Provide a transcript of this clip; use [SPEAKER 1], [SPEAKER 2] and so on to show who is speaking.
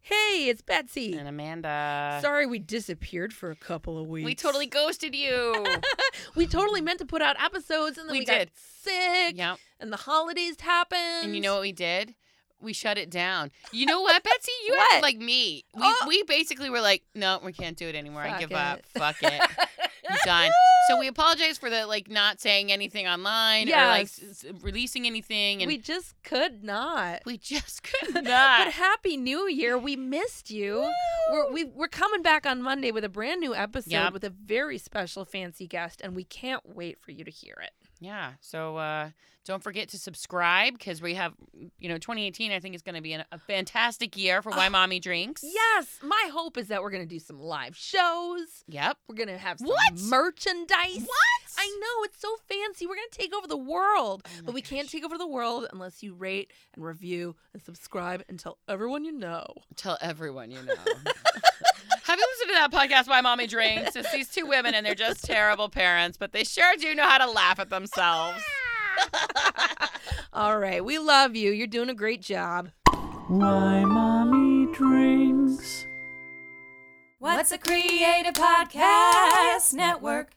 [SPEAKER 1] Hey, it's Betsy.
[SPEAKER 2] And Amanda.
[SPEAKER 1] Sorry we disappeared for a couple of weeks.
[SPEAKER 2] We totally ghosted you.
[SPEAKER 1] we totally meant to put out episodes and then
[SPEAKER 2] We
[SPEAKER 1] we, got
[SPEAKER 2] did.
[SPEAKER 1] sick
[SPEAKER 2] yep.
[SPEAKER 1] and the holidays happened.
[SPEAKER 2] And you know what we did? We shut it down. You know what, Betsy? You
[SPEAKER 1] What?
[SPEAKER 2] acted like me. We,
[SPEAKER 1] Oh.
[SPEAKER 2] we basically were like, no, we can't do it anymore. I
[SPEAKER 1] Fuck
[SPEAKER 2] give
[SPEAKER 1] it.
[SPEAKER 2] up. Fuck it. I'm done. So we apologize for the like not saying anything online or like s-
[SPEAKER 1] Yes.
[SPEAKER 2] s- releasing anything, and Ah.
[SPEAKER 1] we
[SPEAKER 2] we,
[SPEAKER 1] just could not.
[SPEAKER 2] just could
[SPEAKER 1] But
[SPEAKER 2] not.
[SPEAKER 1] happy new year. We missed you. We're, we, we're coming back on Monday with a brand new episode
[SPEAKER 2] Yep.
[SPEAKER 1] with a very special fancy guest, and we can't wait for you to hear it.
[SPEAKER 2] yeah. So uh, don't forget to subscribe because we have, you know, 2018. I think is going to be an, a fantastic year for Why Mommy Drinks.
[SPEAKER 1] Oh. Yes, my hope is that we're going to do some live shows.
[SPEAKER 2] Yep.
[SPEAKER 1] We're going to have some
[SPEAKER 2] What?
[SPEAKER 1] merchandise. I
[SPEAKER 2] I
[SPEAKER 1] know it's so fancy. We're gonna take over the world,
[SPEAKER 2] Oh my
[SPEAKER 1] but we can't
[SPEAKER 2] gosh.
[SPEAKER 1] take over the world unless you rate and review and subscribe and tell everyone you know.
[SPEAKER 2] Tell everyone you know. Have you listened to that podcast, Why Mommy Drinks? It's these two women and they're just terrible parents, but they sure do know how to laugh at themselves.
[SPEAKER 1] All right, we love you. You're doing a great job.
[SPEAKER 3] Why mommy drinks.
[SPEAKER 4] What's a Creative Podcast Network?